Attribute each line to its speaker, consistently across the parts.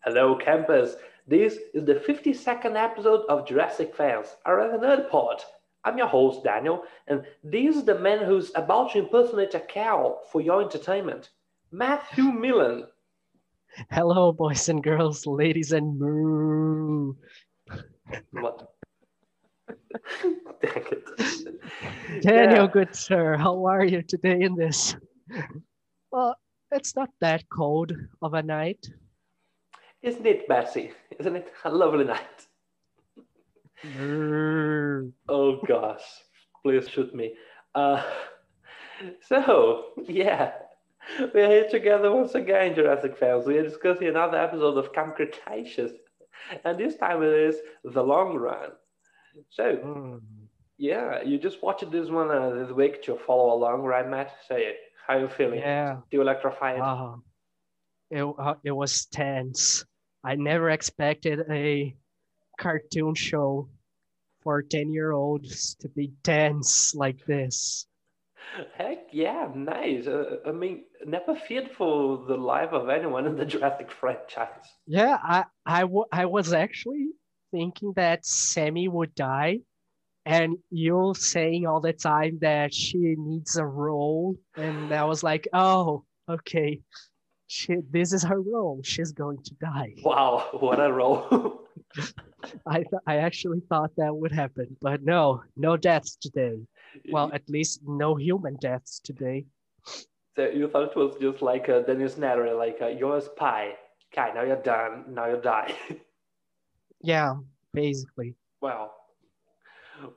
Speaker 1: Hello, campers. This is the 52nd episode of Jurassic Fans, our nerd pod. I'm your host, Daniel, and this is the man who's about to impersonate a cow for your entertainment, Matthew Millen.
Speaker 2: Hello, boys and girls, ladies and moo.
Speaker 1: What? Dang it.
Speaker 2: Daniel,
Speaker 1: Yeah.
Speaker 2: good sir, how are you today in this? Well, it's not that cold of a night.
Speaker 1: Isn't it, Bessie? Isn't it a lovely night?
Speaker 2: Moo.
Speaker 1: Oh gosh, please shoot me. Uh, so yeah, we are here together once again, Jurassic fans. We are discussing another episode of Camp Cretaceous, and this time it is the long run. So
Speaker 2: Mm.
Speaker 1: yeah, you just watched this one uh, this week to follow along, right, Matt? So yeah, how you feeling?
Speaker 2: Yeah,
Speaker 1: Do you electrify it?
Speaker 2: wow. It, uh, it was tense. I never expected a cartoon show for 10 year olds to be tense like this.
Speaker 1: Heck yeah, nice. Uh, I mean, never feared for the life of anyone in the Jurassic franchise.
Speaker 2: Yeah, I I wa- I was actually thinking that Sammy would die, and you saying all the time that she needs a role, and I was like, oh, okay, she, this is her role. She's going to die.
Speaker 1: Wow, what a role!
Speaker 2: I th- I actually thought that would happen, but no, no deaths today. Well, at least no human deaths today.
Speaker 1: So you thought it was just like uh, Dennis Nedry, like uh, you're a spy. Okay, now you're done. Now you die.
Speaker 2: Yeah, basically.
Speaker 1: wow.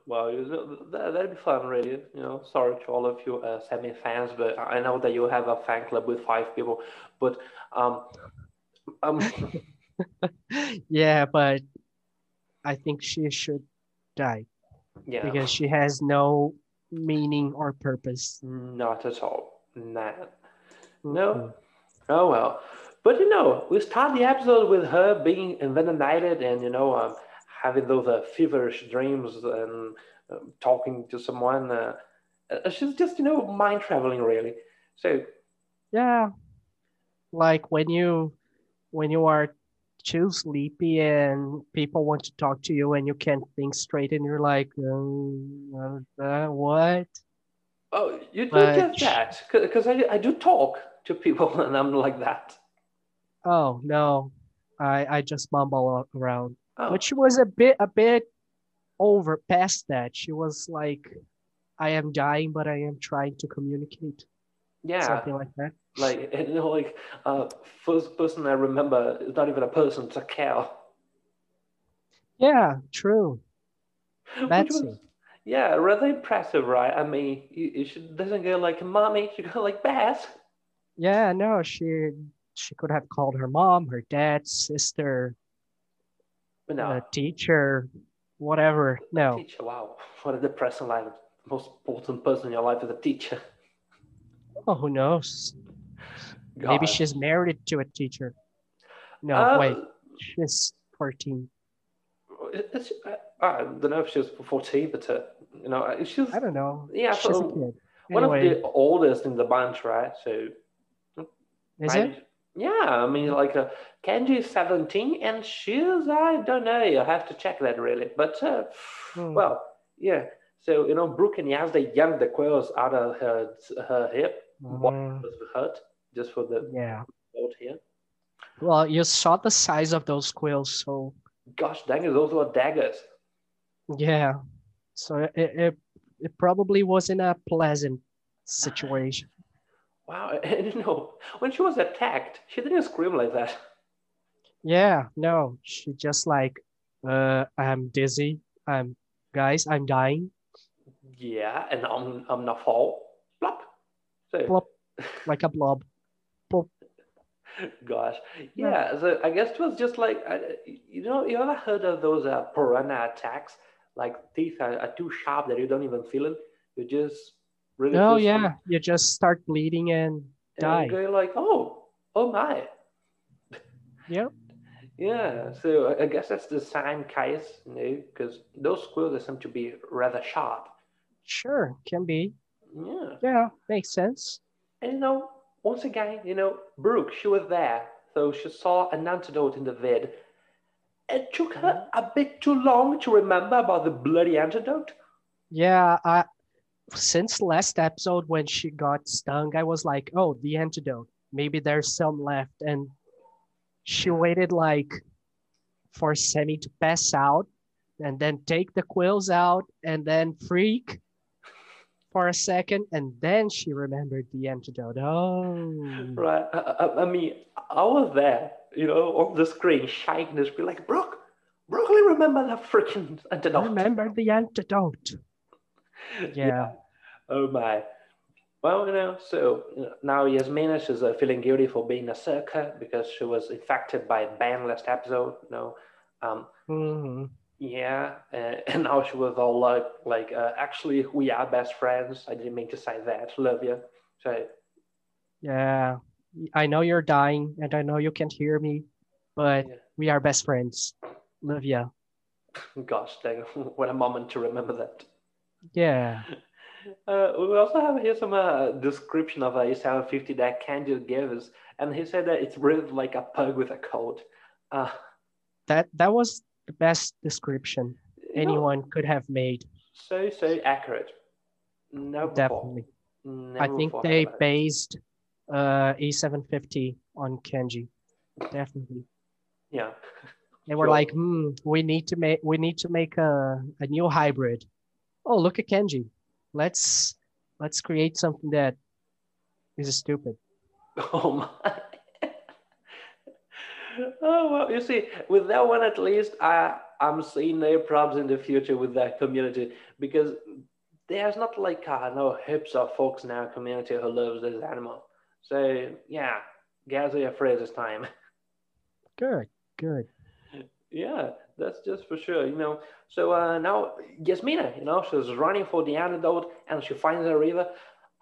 Speaker 1: Well, you know, that, that'd be fun, really. You know, sorry to all of you uh, semi fans, but I know that you have a fan club with five people. But um, um,
Speaker 2: Yeah, but I think she should die.
Speaker 1: yeah,
Speaker 2: because she has no meaning or purpose.
Speaker 1: not at all. Nah.
Speaker 2: Mm-hmm.
Speaker 1: No. Oh well. But you know, we start the episode with her being envenomated and you know um, having those uh, feverish dreams and um, talking to someone. Uh, uh, she's just you know mind traveling really. So
Speaker 2: Yeah. Like when you when you are too sleepy and people want to talk to you and you can't think straight and you're like, um, uh, uh, what?
Speaker 1: oh, you do
Speaker 2: But
Speaker 1: get
Speaker 2: sh-
Speaker 1: that because I, I do talk to people and I'm like that.
Speaker 2: Oh no, I I just mumble a- around.
Speaker 1: Oh,
Speaker 2: But she was a bit a bit over past that. She was like, I am dying, but I am trying to communicate.
Speaker 1: yeah,
Speaker 2: Something like that.
Speaker 1: like you know, like uh, first person I remember is not even a person, it's a cow.
Speaker 2: Yeah, true.
Speaker 1: Which
Speaker 2: That's
Speaker 1: was- Yeah, rather impressive, right? I mean, you, you should, doesn't go like mommy, she go like bass.
Speaker 2: Yeah, no, she she could have called her mom, her dad, sister,
Speaker 1: But
Speaker 2: uh,
Speaker 1: no,
Speaker 2: teacher, whatever. No,
Speaker 1: teacher, wow, what a depressing life. The most important person in your life is a teacher.
Speaker 2: oh, who knows?
Speaker 1: God.
Speaker 2: Maybe she's married to a teacher. No,
Speaker 1: Uh,
Speaker 2: wait, she's 14.
Speaker 1: is she- I, uh, I don't know if she was 14, but uh, you know, uh, she's
Speaker 2: I don't know.
Speaker 1: Yeah,
Speaker 2: she's
Speaker 1: so
Speaker 2: a kid.
Speaker 1: one
Speaker 2: Anyway,
Speaker 1: of the oldest in the bunch, right? So,
Speaker 2: is
Speaker 1: I-
Speaker 2: it?
Speaker 1: Yeah, I mean, like uh, Kenji is 17 and she's, I don't know, I have to check that really. But, uh,
Speaker 2: Hmm.
Speaker 1: well, yeah. So, you know, Brooke and Yaz, they yanked the quills out of her, her hip. What
Speaker 2: Mm,
Speaker 1: was hurt just for the
Speaker 2: yeah.
Speaker 1: note here.
Speaker 2: Well, you saw the size of those quills, so
Speaker 1: Gosh dang it, those were daggers.
Speaker 2: yeah. So it it, it probably wasn't a pleasant situation.
Speaker 1: Wow, and you know, when she was attacked, she didn't scream like that.
Speaker 2: Yeah, no, she just like, uh, I'm dizzy. I'm, guys, I'm dying.
Speaker 1: Yeah, and I'm, I'm not fall. Plop. So,
Speaker 2: Plop. Like a blob.
Speaker 1: Gosh, yeah. So I guess it was just like uh, you know, you ever heard of those uh, piranha attacks? Like teeth are, are too sharp that you don't even feel it. You just really
Speaker 2: No,
Speaker 1: feel some-
Speaker 2: Oh, yeah, you just start bleeding and die.
Speaker 1: and go like, oh, oh my.
Speaker 2: Yep.
Speaker 1: Yeah, so I- I guess that's the same case, you know, because those squirrels they seem to be rather sharp.
Speaker 2: Sure, can be.
Speaker 1: Yeah,
Speaker 2: Yeah, makes sense.
Speaker 1: and you know, once again, you know, Brooke, she was there. though she saw an antidote in the vid. It took her a bit too long to remember about the bloody antidote.
Speaker 2: Yeah, I since last episode when she got stung, I was like, oh, the antidote. Maybe there's some left. And she waited like for Sammy to pass out and then take the quills out and then freak for a second and then she remembered the antidote. Oh
Speaker 1: Right. I, I, I mean, I was there, you know, on the screen, shaking the screen, like, Brooke, Brooke, remember that freaking antidote.
Speaker 2: remember the antidote. Yeah.
Speaker 1: Oh my. Well, you know, so you know, now Yasmina is uh, feeling guilty for being a circa because she was infected by Ben last episode. You know, um,
Speaker 2: Mhm.
Speaker 1: yeah, and, and now she was all like, like uh, actually, we are best friends. I didn't mean to say that. Love you. So
Speaker 2: Yeah. I know you're dying and I know you can't hear me, but
Speaker 1: Yeah.
Speaker 2: we are best friends. Love ya.
Speaker 1: gosh dang, what a moment to remember that.
Speaker 2: Yeah.
Speaker 1: Uh, we also have here some uh, description of a 750 that Candid gave us, and he said that it's breathed like a pug with a cold. Uh,
Speaker 2: That that was the best description
Speaker 1: you know,
Speaker 2: anyone could have made.
Speaker 1: so so accurate. No,
Speaker 2: Definitely.
Speaker 1: Never
Speaker 2: I think
Speaker 1: before
Speaker 2: they
Speaker 1: heard of it.
Speaker 2: based uh, A750 on Kenji. Definitely.
Speaker 1: yeah,
Speaker 2: They were
Speaker 1: Sure.
Speaker 2: like, hmm, we need to make we need to make a, a new hybrid. Oh, look at Kenji. Let's let's create something that is stupid.
Speaker 1: oh my. oh well, you see, with that one at least, I I'm seeing no problems in the future with that community because there's not like uh, no heaps of folks in our community who loves this animal. So yeah, gather your phrases time.
Speaker 2: Good, good.
Speaker 1: Yeah, that's just for sure, you know. So uh, now Yasmina, you know, she's running for the antidote and she finds a river.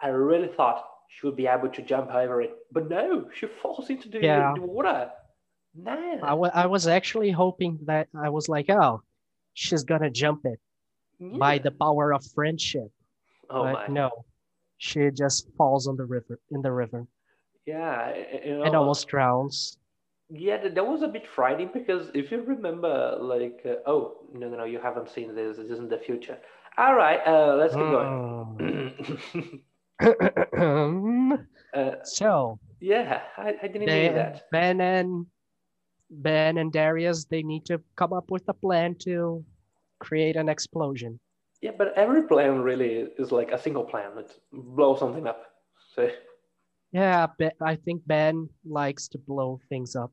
Speaker 1: I really thought she would be able to jump over it, but no, she falls into the,
Speaker 2: Yeah.
Speaker 1: the water. Man,
Speaker 2: I wa- I was actually hoping that I was like, oh, she's gonna jump it by
Speaker 1: yeah.
Speaker 2: the power of friendship.
Speaker 1: oh my,
Speaker 2: but no, she just falls on the river in the river
Speaker 1: yeah, y- you know,
Speaker 2: and almost drowns.
Speaker 1: yeah, that that was a bit frightening because if you remember, like, uh, oh no, no, no, you haven't seen this. This isn't the future. All right, uh, let's keep going.
Speaker 2: Mm.
Speaker 1: uh,
Speaker 2: so
Speaker 1: yeah, I, I didn't
Speaker 2: they,
Speaker 1: mean that.
Speaker 2: Ben and Ben and Darius they need to come up with a plan to create an explosion.
Speaker 1: Yeah, but every plan really is like a single plan. It blows something up. So
Speaker 2: Yeah, but I think Ben likes to blow things up.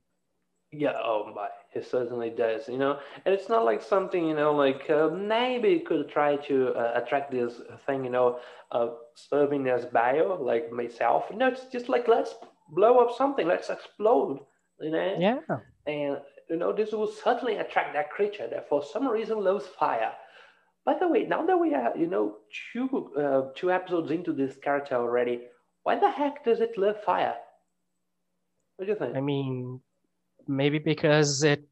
Speaker 1: yeah, oh my, it certainly does. You know, and it's not like something you know, like uh, maybe you could try to uh, attract this thing. You know, uh, serving as bio, like myself. No, it's just like let's blow up something. Let's explode. You know,
Speaker 2: Yeah.
Speaker 1: and you know this will certainly attract that creature that for some reason loves fire by the way now that we are you know two uh, two episodes into this character already why the heck does it love fire what do you think
Speaker 2: I mean, maybe because it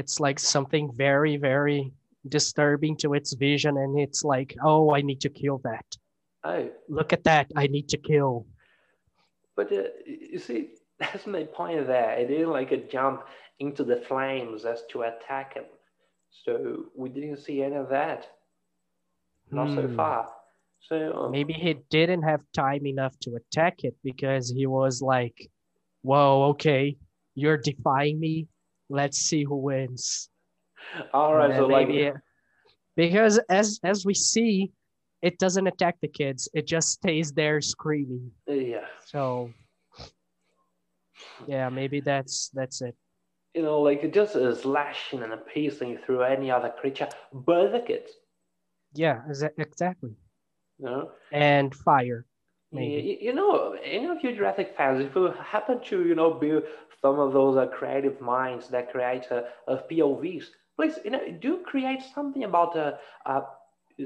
Speaker 2: it's like something very very disturbing to its vision and it's like, "Oh, I need to kill that.
Speaker 1: oh
Speaker 2: Look at that. I need to kill."
Speaker 1: but uh, you see that's my point there it didn't like a jump into the flames as to attack him so we didn't see any of that not so
Speaker 2: Hmm.
Speaker 1: far so um,
Speaker 2: Maybe he didn't have time enough to attack it because he was like, "Whoa, okay, you're defying me. Let's see who wins."
Speaker 1: all right
Speaker 2: And
Speaker 1: so like
Speaker 2: maybe- because as as we see, it doesn't attack the kids. It just stays there screaming.
Speaker 1: yeah
Speaker 2: So, yeah, maybe that's that's it.
Speaker 1: you know, like just uh, slashing and piercing through any other creature, but the kids,
Speaker 2: Yeah, exa- exactly.
Speaker 1: you know.
Speaker 2: And fire.
Speaker 1: Y-
Speaker 2: Maybe.
Speaker 1: y- You know, any of you Jurassic fans, if you happen to, you know, be some of those uh, creative minds that create uh, uh, POVs, please, you know, do create something about uh, uh,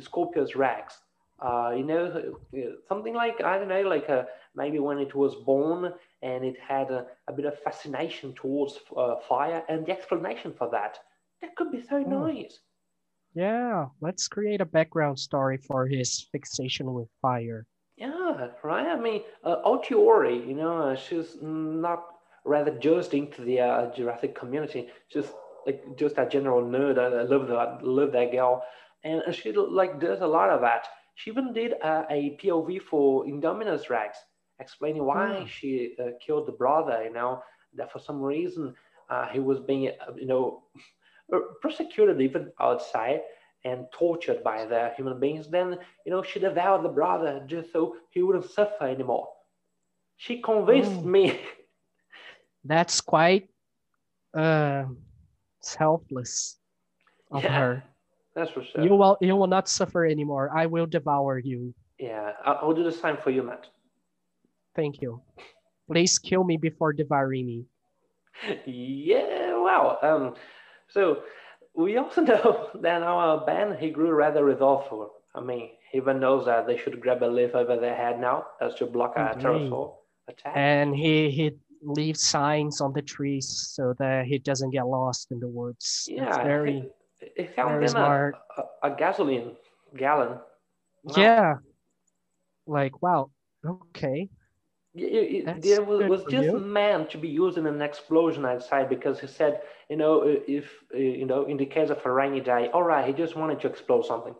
Speaker 1: Scorpius Rex. Uh, you know, uh, something like, I don't know, like uh, maybe when it was born and it had a, a bit of fascination towards uh, fire and the explanation for that. That could be so
Speaker 2: Hmm.
Speaker 1: nice.
Speaker 2: Yeah, let's create a background story for his fixation with fire.
Speaker 1: Yeah, right. I mean, uh, Otiori, you know, uh, she's not rather just into the uh, Jurassic community. Just like just a general nerd. I, I love that love that girl, and uh, she like does a lot of that. She even did uh, a POV for Indominus Rex, explaining why
Speaker 2: Hmm.
Speaker 1: she uh, killed the brother. You know that for some reason uh, he was being uh, you know persecuted uh, even outside and tortured by the human beings. Then you know she devoured the brother just so he wouldn't suffer anymore. She convinced
Speaker 2: Oh.
Speaker 1: me.
Speaker 2: That's quite uh, selfless of
Speaker 1: Yeah,
Speaker 2: her.
Speaker 1: That's for sure.
Speaker 2: You will you will not suffer anymore. I will devour you.
Speaker 1: Yeah, I'll, I'll do the same for you, Matt.
Speaker 2: Thank you. Please kill me before devouring me.
Speaker 1: yeah, wow. Um, so we also know that our band he grew rather resourceful. I mean, he even knows that they should grab a leaf over their head now as to block a
Speaker 2: Mhm.
Speaker 1: pterosaur attack.
Speaker 2: And he he leaves signs on the trees so that he doesn't get lost in the woods. it's
Speaker 1: yeah,
Speaker 2: very
Speaker 1: he, he found
Speaker 2: very
Speaker 1: them a,
Speaker 2: smart.
Speaker 1: a, a gasoline gallon. Wow.
Speaker 2: yeah. Like wow, okay.
Speaker 1: Y- y- y-
Speaker 2: That's
Speaker 1: There was,
Speaker 2: good
Speaker 1: was
Speaker 2: for
Speaker 1: just
Speaker 2: you.
Speaker 1: meant to be used in an explosion outside because he said, you know, i- if uh, you know, in the case of a rainy day, all right, he just wanted to explode something.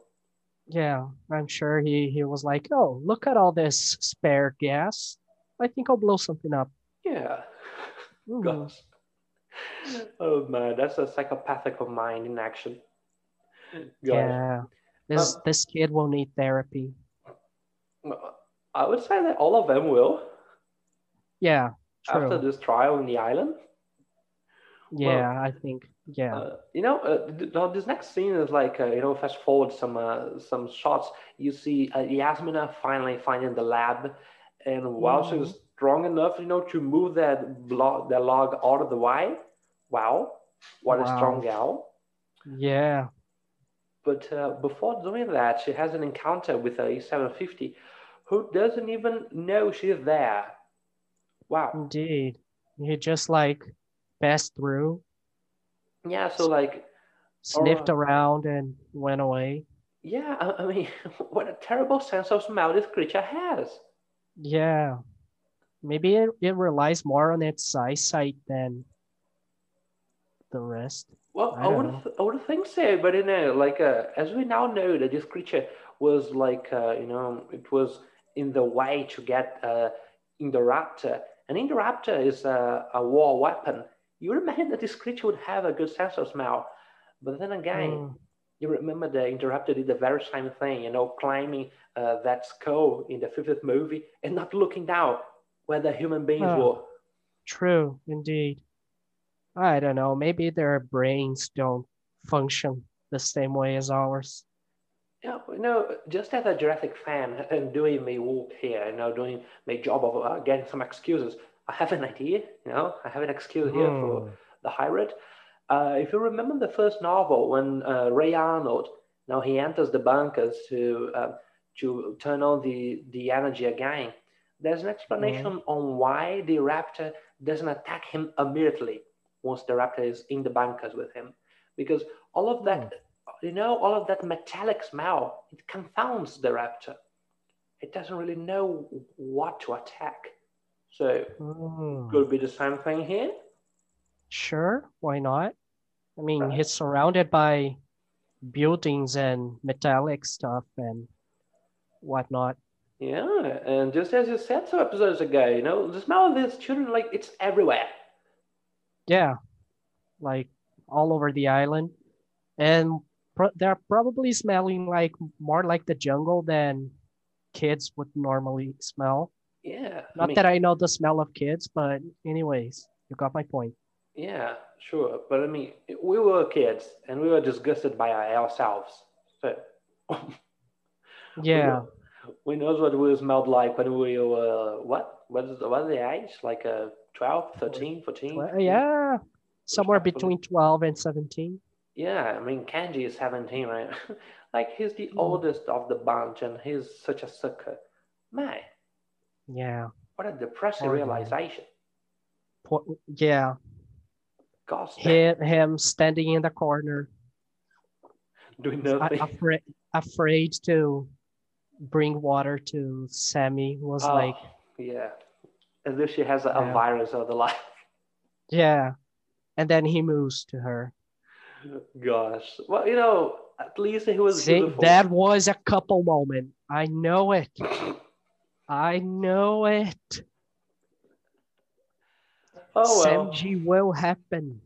Speaker 2: Yeah, I'm sure he he was like, oh, look at all this spare gas. I think I'll blow something up.
Speaker 1: Yeah.
Speaker 2: Hmm.
Speaker 1: Gosh. Oh man, that's a psychopathic of mind in action. Gosh.
Speaker 2: Yeah, this
Speaker 1: Um,
Speaker 2: this kid will need therapy.
Speaker 1: I would say that all of them will
Speaker 2: Yeah, true.
Speaker 1: after this trial in the island.
Speaker 2: yeah, I think. Yeah,
Speaker 1: Uh, you know, uh, th- now this next scene is like uh, you know, fast forward some uh, some shots. You see uh, Yasmina finally finding the lab, and while she was
Speaker 2: Mm-hmm.
Speaker 1: strong enough, you know, to move that block that log out of the way. Wow, what a
Speaker 2: Wow.
Speaker 1: strong gal!
Speaker 2: yeah.
Speaker 1: But uh, before doing that, she has an encounter with a 750 who doesn't even know she's there.
Speaker 2: Mm.
Speaker 1: Wow.
Speaker 2: Indeed. He just like passed through,
Speaker 1: Yeah, so like,
Speaker 2: sniffed
Speaker 1: Alright.
Speaker 2: around, and went away.
Speaker 1: yeah, I, I mean, what a terrible sense of smell this creature has.
Speaker 2: Yeah. Maybe it, it relies more on its eyesight than the rest.
Speaker 1: Well,
Speaker 2: I
Speaker 1: I,
Speaker 2: don't
Speaker 1: would
Speaker 2: know.
Speaker 1: th- I would think so, but you know, like, uh, as we now know that this creature was like, uh, you know, it was in the way to get uh, Indoraptor. And Indoraptor is a, a war weapon. You imagine that this creature would have a good sense of smell. But then again,
Speaker 2: Mm,
Speaker 1: you remember the interrupter did the very same thing, you know, climbing uh, that skull in the fifth movie and not looking down where the human beings
Speaker 2: Oh.
Speaker 1: were.
Speaker 2: true, indeed. I don't know. Maybe their brains don't function the same way as ours.
Speaker 1: Yeah, you know, just as a Jurassic fan and doing my work here, you know, doing my job of uh, getting some excuses, I have an idea, you know, I have an excuse here for
Speaker 2: Hmm.
Speaker 1: the hybrid. Uh, if you remember the first novel, when uh, Ray Arnold, now he enters the bunkers to uh, to turn on the the energy again. There's an explanation on why the raptor doesn't attack him immediately once the raptor is in the bunkers with him, because all of that, you know, all of that metallic smell it confounds the raptor. It doesn't really know what to attack. So
Speaker 2: Mm.
Speaker 1: could be the same thing here.
Speaker 2: Sure, why not? I mean,
Speaker 1: Right.
Speaker 2: he's surrounded by buildings and metallic stuff and whatnot.
Speaker 1: Yeah, and just as you said some episodes ago, you know, the smell of these children, like, it's everywhere.
Speaker 2: Yeah, like all over the island. And pro- they're probably smelling like more like the jungle than kids would normally smell.
Speaker 1: Yeah. I
Speaker 2: Not
Speaker 1: mean,
Speaker 2: that I know the smell of kids, but anyways, you got my point.
Speaker 1: Yeah, sure. But I mean, we were kids and we were disgusted by ourselves. So
Speaker 2: Yeah,
Speaker 1: we knows what we smelled like when we were, what? What is what is the age? Like uh, 12, 13, 14?
Speaker 2: well, uh, yeah, somewhere
Speaker 1: happened?
Speaker 2: between 12 and 17.
Speaker 1: Yeah, I mean, Kanji is 17, right? like, he's the
Speaker 2: Hmm.
Speaker 1: oldest of the bunch and he's such a sucker. Man,
Speaker 2: Yeah,
Speaker 1: what a depressing
Speaker 2: Poor guy.
Speaker 1: realization.
Speaker 2: po- yeah,
Speaker 1: Gosh, damn,
Speaker 2: him, him standing in the corner.
Speaker 1: doing
Speaker 2: I-
Speaker 1: nothing.
Speaker 2: afraid afraid to bring water to Sammy was
Speaker 1: Oh,
Speaker 2: like
Speaker 1: yeah, as if she has a, a
Speaker 2: Yeah.
Speaker 1: virus of the life.
Speaker 2: Yeah. And then he moves to her.
Speaker 1: Gosh. Well, you know, at least he was
Speaker 2: See,
Speaker 1: beautiful.
Speaker 2: that was a couple moment. I know it. I know it.
Speaker 1: oh well.
Speaker 2: Samji will happen.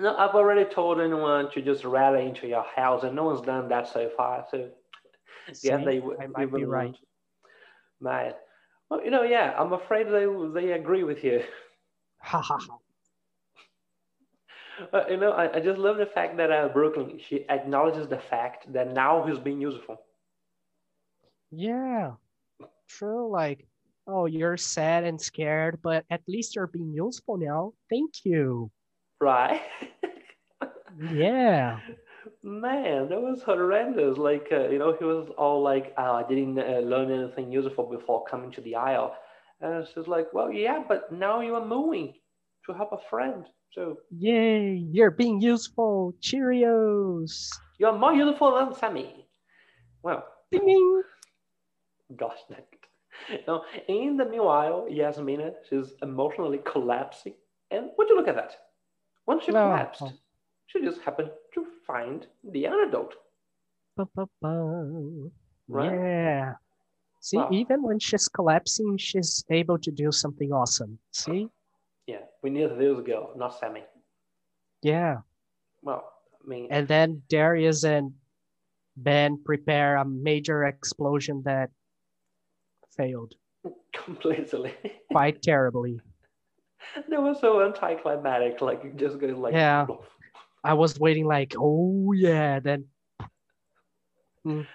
Speaker 1: No, I've already told anyone to just rally into your house, and no one's done that so far. So yeah,
Speaker 2: See,
Speaker 1: they would.
Speaker 2: I might be right.
Speaker 1: Man, well, you know, yeah, I'm afraid they they agree with you.
Speaker 2: Ha ha ha.
Speaker 1: Uh, you know, I, I just love the fact that uh, Brooklyn she acknowledges the fact that now he's being useful.
Speaker 2: Yeah. True. Like, oh, you're sad and scared, but at least you're being useful now. Thank you.
Speaker 1: Right.
Speaker 2: Yeah.
Speaker 1: Man, that was horrendous. Like, uh, you know, he was all like, oh, I didn't uh, learn anything useful before coming to the aisle. And she's like, well, yeah, but now you are moving to help a friend. So
Speaker 2: Yay. You're being useful. Cheerios.
Speaker 1: you're more useful than Sammy. Well,
Speaker 2: Ding, ding.
Speaker 1: gosh dang it. Now, in the meanwhile, Yasmina, she's emotionally collapsing. And would you look at that? Once she
Speaker 2: No.
Speaker 1: collapsed, she just happened to find the antidote.
Speaker 2: Ba, ba, ba.
Speaker 1: Right?
Speaker 2: Yeah. See,
Speaker 1: Wow.
Speaker 2: even when she's collapsing, she's able to do something awesome. See?
Speaker 1: Yeah, we need this girl, not Sammy.
Speaker 2: Yeah.
Speaker 1: Well, I mean,
Speaker 2: and then Darius and Ben prepare a major explosion that failed
Speaker 1: completely.
Speaker 2: quite terribly.
Speaker 1: that was so anticlimactic, like it just going like Oh,
Speaker 2: Yeah. I was waiting like, oh yeah, then Mm.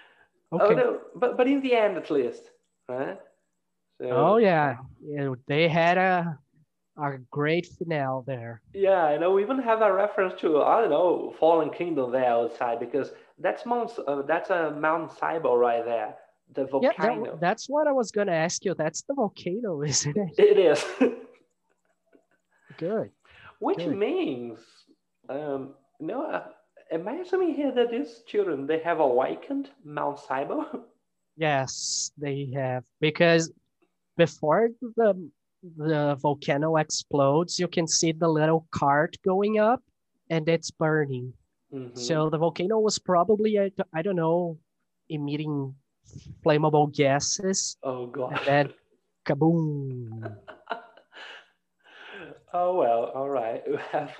Speaker 1: Oh
Speaker 2: okay.
Speaker 1: no, but but in the end at least, right? So,
Speaker 2: Oh yeah, yeah, they had a a great finale there.
Speaker 1: Yeah, you know, we even have a reference to I don't know Fallen Kingdom there outside because that's Mount uh, that's a Mount Saibo right there, the
Speaker 2: Yeah, that-
Speaker 1: volcano.
Speaker 2: that's what I was gonna ask you. That's the volcano, isn't it?
Speaker 1: It is,
Speaker 2: Good.
Speaker 1: which
Speaker 2: Good.
Speaker 1: means, um, you know, uh, am I assuming here that these children they have awakened Mount Saibo?
Speaker 2: Yes, they have because before the the volcano explodes, you can see the little cart going up and it's burning.
Speaker 1: Mhm.
Speaker 2: So the volcano was probably I, d- I don't know emitting flammable gases
Speaker 1: oh god.
Speaker 2: and then kaboom.
Speaker 1: Oh well, all right. We have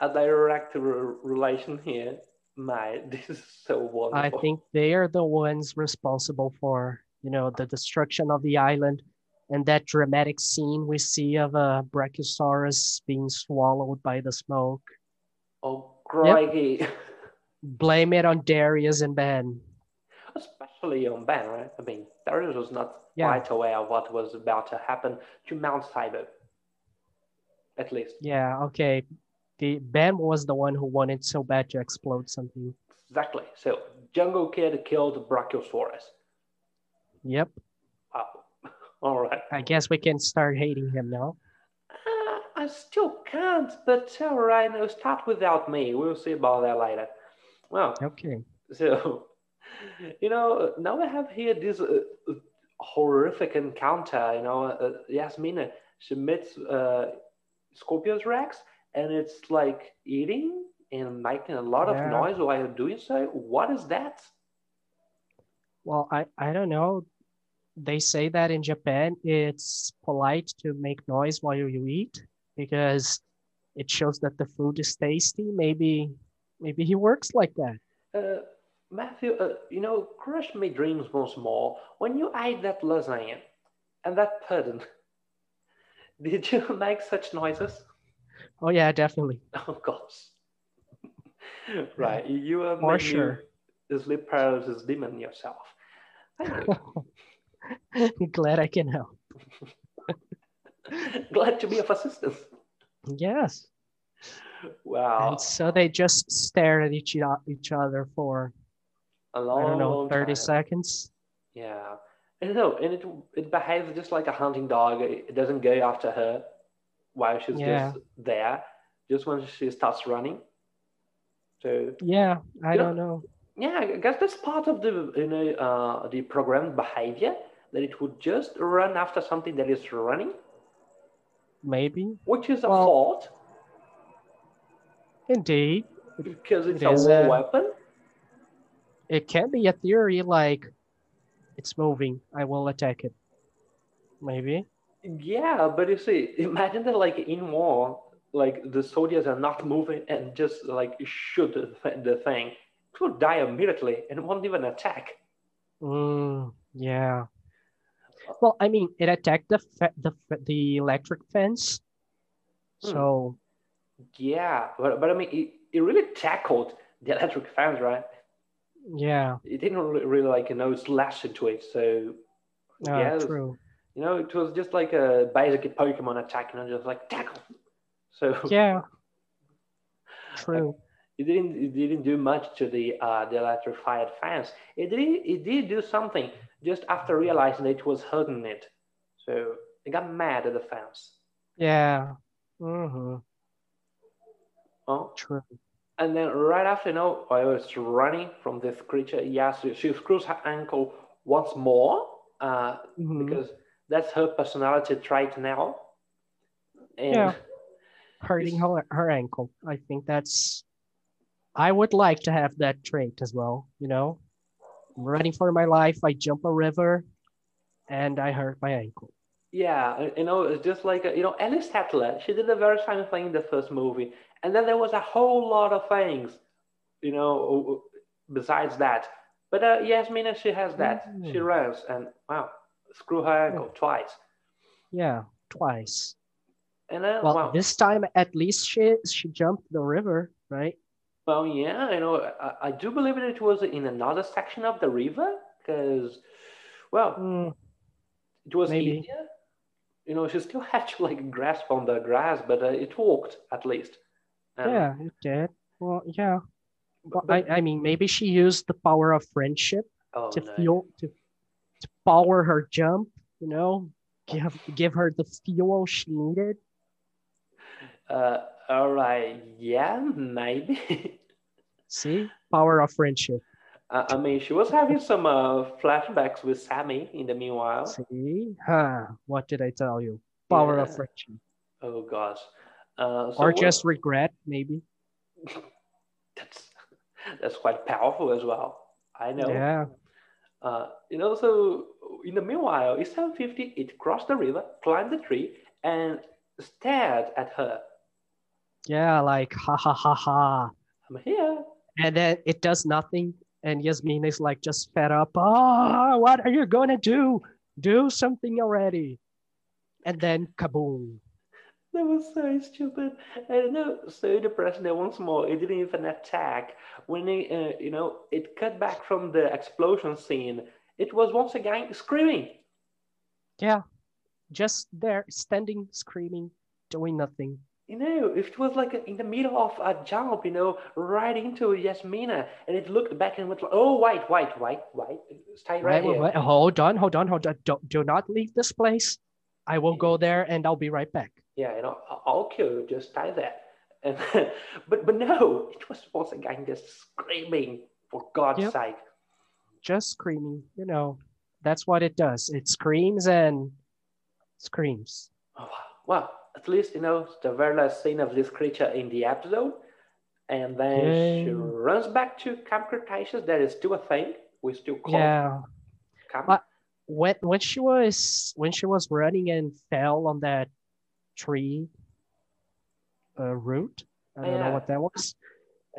Speaker 1: a direct re- relation here. My, this is so
Speaker 2: I
Speaker 1: wonderful.
Speaker 2: think they are the ones responsible for, you know, the destruction of the island and that dramatic scene we see of a brachiosaurus being swallowed by the smoke.
Speaker 1: Oh crikey!
Speaker 2: blame it on Darius and Ben.
Speaker 1: Especially on Ben, right? I mean, Darius was not
Speaker 2: Yeah.
Speaker 1: quite aware of what was about to happen to Mount Cyber. At least,
Speaker 2: Yeah, okay. The Ben was the one who wanted so bad to explode something.
Speaker 1: exactly. So Jungle Kid killed Brachiosaurus.
Speaker 2: Yep.
Speaker 1: Wow. All right.
Speaker 2: I guess we can start hating him now.
Speaker 1: Uh, I still can't, but all right. Now start without me. We'll see about that later. Well,
Speaker 2: Okay.
Speaker 1: So, you know, now I have here this uh, uh, horrific encounter. You know, uh, Yasmina she meets uh, Scorpius Rex, and it's like eating and making a lot
Speaker 2: Yeah.
Speaker 1: of noise while doing so. What is that?
Speaker 2: Well, I, I don't know. They say that in Japan it's polite to make noise while you eat because it shows that the food is tasty. Maybe maybe he works like that.
Speaker 1: Uh, Matthew, uh, you know, crush my dreams once more. When you ate that lasagna and that pudding, did you make such noises?
Speaker 2: Oh yeah, definitely.
Speaker 1: Oh gosh. right. You are
Speaker 2: For
Speaker 1: making
Speaker 2: sure.
Speaker 1: sleep paralysis demon yourself. Thank you.
Speaker 2: Glad I can help.
Speaker 1: Glad to be of assistance.
Speaker 2: Yes.
Speaker 1: Wow. Uh,
Speaker 2: And so they just stare at each, o- each other for,
Speaker 1: A long,
Speaker 2: I don't know,
Speaker 1: long
Speaker 2: 30
Speaker 1: time.
Speaker 2: seconds.
Speaker 1: Yeah. And no, and it it behaves just like a hunting dog. It doesn't go after her while she's
Speaker 2: Yeah.
Speaker 1: just there. Just when she starts running. So
Speaker 2: Yeah, I
Speaker 1: You know-
Speaker 2: don't know.
Speaker 1: Yeah, I guess that's part of the you know uh, the programmed behavior that it would just run after something that is running.
Speaker 2: maybe.
Speaker 1: which is a
Speaker 2: Well-
Speaker 1: fault
Speaker 2: Indeed.
Speaker 1: because it's
Speaker 2: It
Speaker 1: a
Speaker 2: is
Speaker 1: war
Speaker 2: a-
Speaker 1: weapon.
Speaker 2: It can be a theory like it's moving, I will attack it. Maybe.
Speaker 1: Yeah, but you see, imagine that like in war, like the soldiers are not moving and just like shoot the th- the thing. It will die immediately and won't even attack.
Speaker 2: Mm, yeah. Well, I mean, it attacked the fe- the fe- the electric fence.
Speaker 1: Hmm.
Speaker 2: So
Speaker 1: Yeah, but, but I mean, it, it really tackled the electric fans, right?
Speaker 2: yeah,
Speaker 1: It didn't really, really like, you know, slash into it. So,
Speaker 2: uh,
Speaker 1: Yes.
Speaker 2: true.
Speaker 1: you know, it was just like a basic Pokemon attack, and just like tackle. So
Speaker 2: Yeah, true.
Speaker 1: it didn't it didn't do much to the uh, the electrified fans. It did it did do something just after realizing it was hurting it. So it got mad at the fans.
Speaker 2: Yeah, mm-hmm.
Speaker 1: Oh,
Speaker 2: true.
Speaker 1: and then right after, you know, I was running from this creature. Yes, she, she screws her ankle once more uh,
Speaker 2: Mhm.
Speaker 1: because that's her personality trait now. And
Speaker 2: Yeah. Hurting her her ankle. I think that's. I would like to have that trait as well. You know, I'm running for my life. I jump a river, and I hurt my ankle.
Speaker 1: Yeah, and- you know, it's just like, uh, you know, Alice Sattler, she did a very same thing in the first movie. And then there was a whole lot of things, you know, besides that. But uh, Yasmina, she has that. She
Speaker 2: Mm.
Speaker 1: runs and, wow, screw her ankle twice.
Speaker 2: Yeah, twice.
Speaker 1: And then,
Speaker 2: Well,
Speaker 1: Oh, wow,
Speaker 2: this time at least she she jumped the river, right?
Speaker 1: well, yeah, you know, I, I do believe that it was in another section of the river because, well,
Speaker 2: Mm,
Speaker 1: it was
Speaker 2: maybe.
Speaker 1: easier. You know, she still had to, like, grasp on the grass, but uh, it walked at least. And-
Speaker 2: yeah, it did. Well, yeah. Well,
Speaker 1: oh. but-
Speaker 2: I, I mean, maybe she used the power of friendship
Speaker 1: oh,
Speaker 2: to
Speaker 1: no.
Speaker 2: fuel to, to power her jump. You know, give give her the fuel she needed.
Speaker 1: Uh, all right, yeah, maybe.
Speaker 2: See, power of friendship.
Speaker 1: I I mean, she was having some uh, flashbacks with Sammy in the meanwhile.
Speaker 2: See, huh? What did I tell you? Power
Speaker 1: Yeah.
Speaker 2: of friendship,
Speaker 1: Oh gosh, uh, so
Speaker 2: or
Speaker 1: what-
Speaker 2: just regret, maybe.
Speaker 1: that's that's quite powerful as well. I know.
Speaker 2: Yeah.
Speaker 1: Uh, you know, so in the meanwhile, it's 750. It crossed the river, climbed the tree, and stared at her.
Speaker 2: Yeah, like ha ha ha ha.
Speaker 1: I'm here.
Speaker 2: and then it does nothing. And Yasmin is like just fed up. Ah, what are you gonna do? Do something already. And then kaboom.
Speaker 1: That was so stupid. I don't know, so depressing that once more it didn't even attack. When it, uh, you know, it cut back from the explosion scene, it was once again screaming.
Speaker 2: Just there, standing, screaming, doing nothing.
Speaker 1: You know, it was like in the middle of a jump, you know, right into Yasmina, and it looked back and went, like, "Oh, wait, wait, wait, wait, stay right,
Speaker 2: Wait, wait,
Speaker 1: here."
Speaker 2: wait, Hold on, hold on, hold on. Don't, do not leave this place. I will go there and I'll be right back.
Speaker 1: Yeah, you know, "I- I'll kill you. Just stay there. And but but no, it was once again just screaming for God's
Speaker 2: Yep.
Speaker 1: sake.
Speaker 2: Just screaming, you know. That's what it does. It screams and screams.
Speaker 1: Oh, wow. Well, at least, you know, it's the very last scene of this creature in the episode. And then she
Speaker 2: Yay.
Speaker 1: runs back to Camp Cretaceous. That is still a thing. We still call it
Speaker 2: Yeah.
Speaker 1: Camp.
Speaker 2: But- when when she was when she was running and fell on that tree uh, root i don't
Speaker 1: Yeah.
Speaker 2: know what that was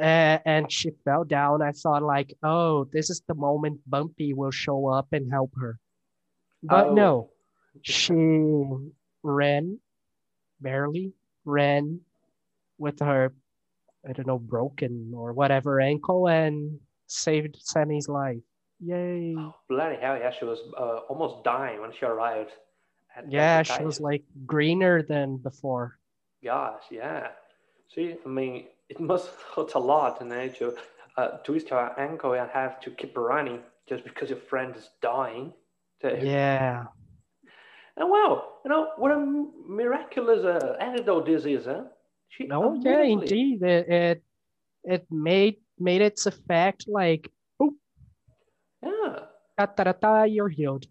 Speaker 2: uh, and she fell down i thought like oh this is the moment bumpy will show up and help her but
Speaker 1: Oh.
Speaker 2: no she ran barely ran with her i don't know broken or whatever ankle and saved sammy's life yay
Speaker 1: Oh, bloody hell, yeah, she was uh, almost dying when she arrived. at Camp
Speaker 2: Yeah, she
Speaker 1: Cretaceous.
Speaker 2: was like greener than before.
Speaker 1: Gosh, yeah. See, I mean, it must hurt a lot, you know, to uh, twist her ankle and have to keep running just because your friend is dying. So-
Speaker 2: Yeah.
Speaker 1: And wow, you know, what a miraculous uh, antidote this is, huh? She
Speaker 2: No, Oh, yeah,
Speaker 1: immediately-
Speaker 2: indeed. It, it it made made its effect like
Speaker 1: Yeah.
Speaker 2: ta ta ta you're healed.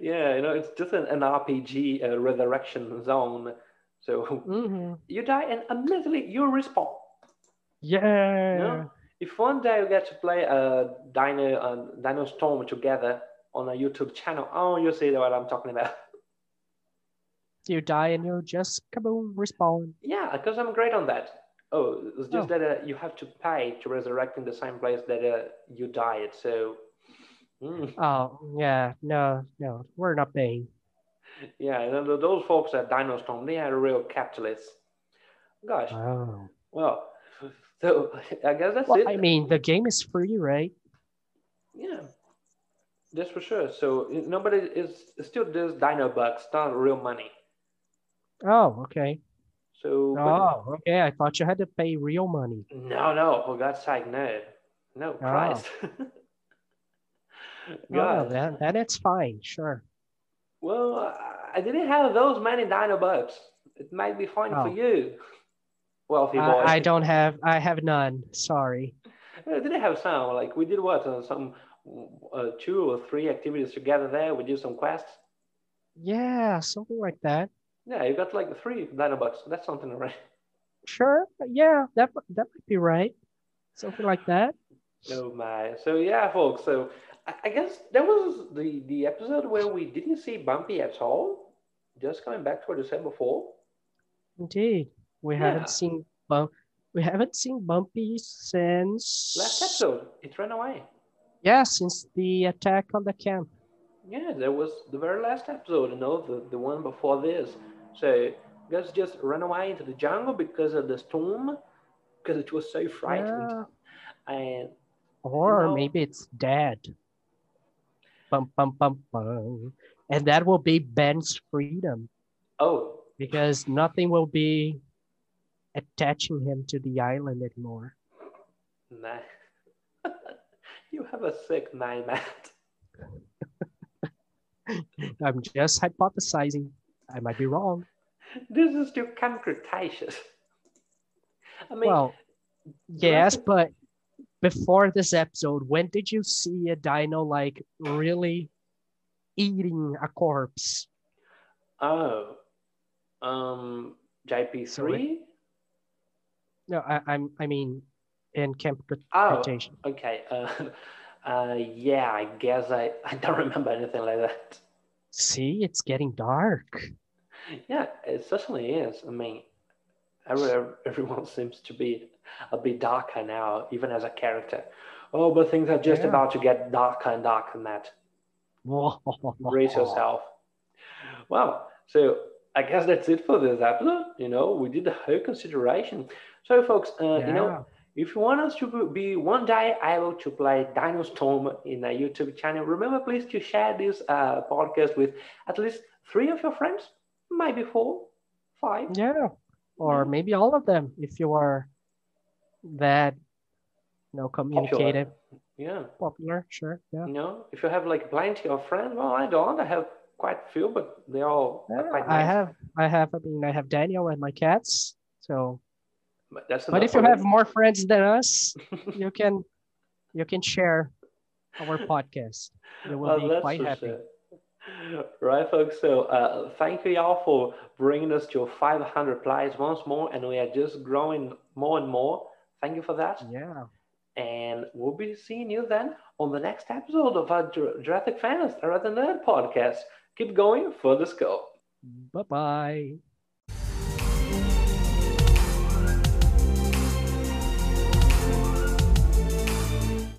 Speaker 1: yeah, you know, it's just an, an RPG uh, resurrection zone. So
Speaker 2: hmm
Speaker 1: you die and immediately you respawn.
Speaker 2: Yeah.
Speaker 1: If one day you get to play a Dino and Dino Storm together on a YouTube channel, oh, you'll see what I'm talking about.
Speaker 2: You die and you just kaboom respawn.
Speaker 1: Yeah, because I'm great on that. Oh, it's just that uh, you have to pay to resurrect in the same place that uh, you died. So, mm,
Speaker 2: Oh yeah, no, no, we're not paying.
Speaker 1: yeah, and then those folks at Dino Storm, they are real capitalists. Gosh,
Speaker 2: Oh.
Speaker 1: well, so I guess that's
Speaker 2: Well,
Speaker 1: it.
Speaker 2: I mean, the game is free, right?
Speaker 1: Yeah, that's for sure. So i- nobody is it's still just dino bucks, not real money.
Speaker 2: Oh, okay.
Speaker 1: So but-
Speaker 2: Oh, okay. I thought you had to pay real money.
Speaker 1: no, no, for God's sake, no, no,
Speaker 2: Ah.
Speaker 1: Christ.
Speaker 2: Oh,
Speaker 1: God,
Speaker 2: then, then it's fine. Sure.
Speaker 1: well, I- I didn't have those many dino bucks. It might be fine for
Speaker 2: Oh.
Speaker 1: you, wealthy boy.
Speaker 2: I, I don't have. I have none. Sorry.
Speaker 1: I didn't have some. Like we did what uh, some uh, two or three activities together there. We did some quests.
Speaker 2: Yeah, something like that.
Speaker 1: Yeah, you got like three dino bucks. That's something, right?
Speaker 2: Sure. Yeah, that that might be right. Something like that.
Speaker 1: Oh my! So yeah, folks. So I, I guess that was the the episode where we didn't see Bumpy at all. Just coming back to what I said before.
Speaker 2: Indeed, we
Speaker 1: Yeah.
Speaker 2: haven't seen bump. We haven't seen Bumpy since
Speaker 1: Last episode, it ran away.
Speaker 2: Yeah, since the attack on the camp.
Speaker 1: Yeah, that was the very last episode. You know, the the one before this. So guys just ran away into the jungle because of the storm, because it was so frightened.
Speaker 2: Yeah.
Speaker 1: And
Speaker 2: Or
Speaker 1: No.
Speaker 2: maybe it's dead. Bum bum bum bum. And that will be Ben's freedom
Speaker 1: oh,
Speaker 2: because nothing will be attaching him to the island anymore.
Speaker 1: nah. you have a sick mind, Matt.
Speaker 2: I'm just hypothesizing. I might be wrong.
Speaker 1: This is too concretious. I mean.
Speaker 2: well, yes, but before this episode, when did you see a dino like really eating a corpse?
Speaker 1: Oh, um, JP3?
Speaker 2: Sorry. No, I, I'm. I mean, in camp
Speaker 1: Oh,
Speaker 2: rotation.
Speaker 1: okay. Uh, uh, yeah, I guess I, I don't remember anything like that.
Speaker 2: See, it's getting dark.
Speaker 1: Yeah, it certainly is. I mean, every, everyone seems to be a bit darker now, even as a character. Oh, but things are just
Speaker 2: Yeah.
Speaker 1: about to get darker and darker, Matt. Brace yourself. Well, so I guess that's it for this episode. You know, we did the whole consideration. So, folks, uh, you know,
Speaker 2: Yeah.
Speaker 1: If you want us to be one day able to play Dino Storm in a YouTube channel, remember please to share this uh, podcast with at least three of your friends, maybe four, five.
Speaker 2: Yeah. Or
Speaker 1: Yeah.
Speaker 2: maybe all of them if you are that you know communicative,
Speaker 1: Yeah,
Speaker 2: popular, sure. Yeah.
Speaker 1: you know, if you have like plenty of friends, well, I don't. I have quite a few, but they all are
Speaker 2: Yeah,
Speaker 1: quite
Speaker 2: I
Speaker 1: nice.
Speaker 2: have I have I mean I have Daniel and my cats. So
Speaker 1: But, that's
Speaker 2: but if you
Speaker 1: another
Speaker 2: have more friends than us, you can you can share our podcast. You will
Speaker 1: Well, Uh,
Speaker 2: be
Speaker 1: Oh, that's
Speaker 2: quite
Speaker 1: for
Speaker 2: happy.
Speaker 1: sure. Right, folks. So, uh, thank you all for bringing us to 500 plays once more, and we are just growing more and more. Thank you for that.
Speaker 2: Yeah. Mm-hmm.
Speaker 1: And we'll be seeing you then on the next episode of our Jur- Jurassic Fans, our other nerd podcast. Keep going for the scope.
Speaker 2: Bye bye.